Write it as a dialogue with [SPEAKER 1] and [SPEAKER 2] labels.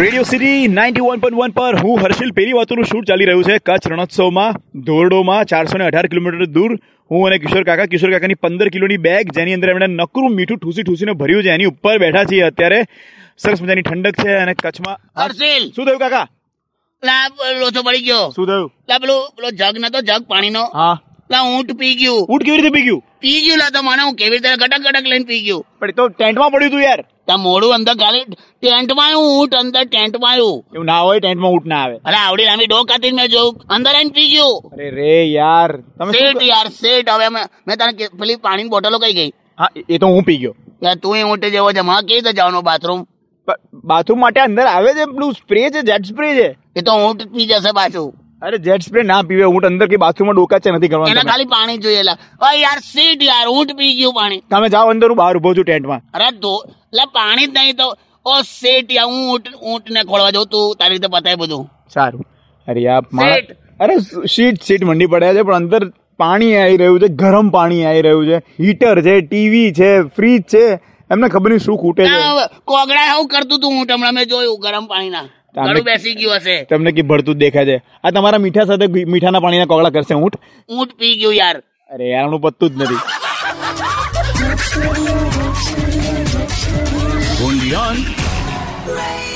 [SPEAKER 1] Radio city ninety one point one પર હું હર્ષિલ પેલી વાતોનું શૂટ ચાલી રહ્યું છે કચ્છ રણોત્સવમાં ધોરડોમાં ચારસો ને અઢાર કિલોમીટર દૂર હું અને કિશોર કાકા કિશોર કાકાની પંદર કિલોની બેગ જેની અંદર એમણે નકરું મીઠું ઠૂસી ઠૂસીને ભર્યું છે એની ઉપર બેઠા છીએ અત્યારે સરસ મજાની ઠંડક છે અને કચ્છમાં
[SPEAKER 2] હર્ષિલ
[SPEAKER 1] શું થયું કાકા
[SPEAKER 2] લા લોચો પડી ગયો
[SPEAKER 1] શું થયું
[SPEAKER 2] લા પેલું પેલો જગ નતો જગ પાણીનો
[SPEAKER 1] હા
[SPEAKER 2] લા ઊંટ પી ગયું
[SPEAKER 1] ઊંટ કેવી રીતે પી ગયું
[SPEAKER 2] પી ગયું લા તો મને હું કેવી રીતે ગટક ગટક લઈને પી ગયું
[SPEAKER 1] પણ એ તો ટેન્ટમાં પડ્યું હતું યાર
[SPEAKER 2] તા મોડું અંદર ખાલી ટેન્ટમાં આવ્યું ઊંટ અંદર ટેન્ટમાં આવ્યું
[SPEAKER 1] એવું ના હોય ટેન્ટમાં ઊંટ ના આવે
[SPEAKER 2] અરે આવડી લાંબી ડોક હતી મેં જોયું અંદર આવીને પી ગયું
[SPEAKER 1] અરે રે યાર તમે શું
[SPEAKER 2] શેટ યાર શેટ હવે મેં મેં તને કે- પેલી પાણીની બોટલો કઈ ગઈ
[SPEAKER 1] હા એ- એ તો હું પી ગયો
[SPEAKER 2] યાર તું એ ઊંટ જેવો છે માં કેવી રીતે જવાનું બાથરૂમ
[SPEAKER 1] પણ બાથરૂમ માટે અંદર આવે છે પેલું સ્પ્રે છે જેટ સ્પ્રે છે
[SPEAKER 2] એ તો ઊંટ પી જશે પાછું
[SPEAKER 1] અરે જેટ સ્પ્રે ના પીવે ઊંટ અંદર કે બાથરૂમમાં ડોકા છે નથી
[SPEAKER 2] એને
[SPEAKER 1] કરવાનું
[SPEAKER 2] ખાલી પાણી જોઈએ લા ઓય યાર શેટ યાર ઊંટ પી ગયું પાણી
[SPEAKER 1] તમે જાઓ અંદર હું બહાર ઉભો છું ટેન્ટમાં
[SPEAKER 2] અરે ધો લે પાણી જ નહીં તો ઓ શેઠ યા હું ઊંટ ઊંટને ખોળવા જઉં તું તારી રીતે બતાય બધું
[SPEAKER 1] સારું અરે યાર
[SPEAKER 2] Sit.
[SPEAKER 1] મારા અરે સીટ સીટ મંડી પડ્યા છે પણ અંદર પાણી આવી રહ્યું છે ગરમ પાણી આવી રહ્યું છે હીટર છે ટીવી છે ફ્રીજ છે એમને ખબર નહીં શું ખૂટે છે
[SPEAKER 2] આ કોગળા એવું કરતું તું ઊંટ હમણાં મેં જોયું ગરમ પાણીના
[SPEAKER 1] તામે-
[SPEAKER 2] ગળું બેસી ગયું હશે
[SPEAKER 1] તમને કે ભરતું જ દેખાય છે આ તમારા મીઠા સાથે ઘી- મીઠાના પાણીના કોગળા કરશે ઊંટ
[SPEAKER 2] ઊંટ પી ગયું યાર
[SPEAKER 1] અરે યાર એમનું પત્તું જ નથી
[SPEAKER 3] Undian.
[SPEAKER 4] Radio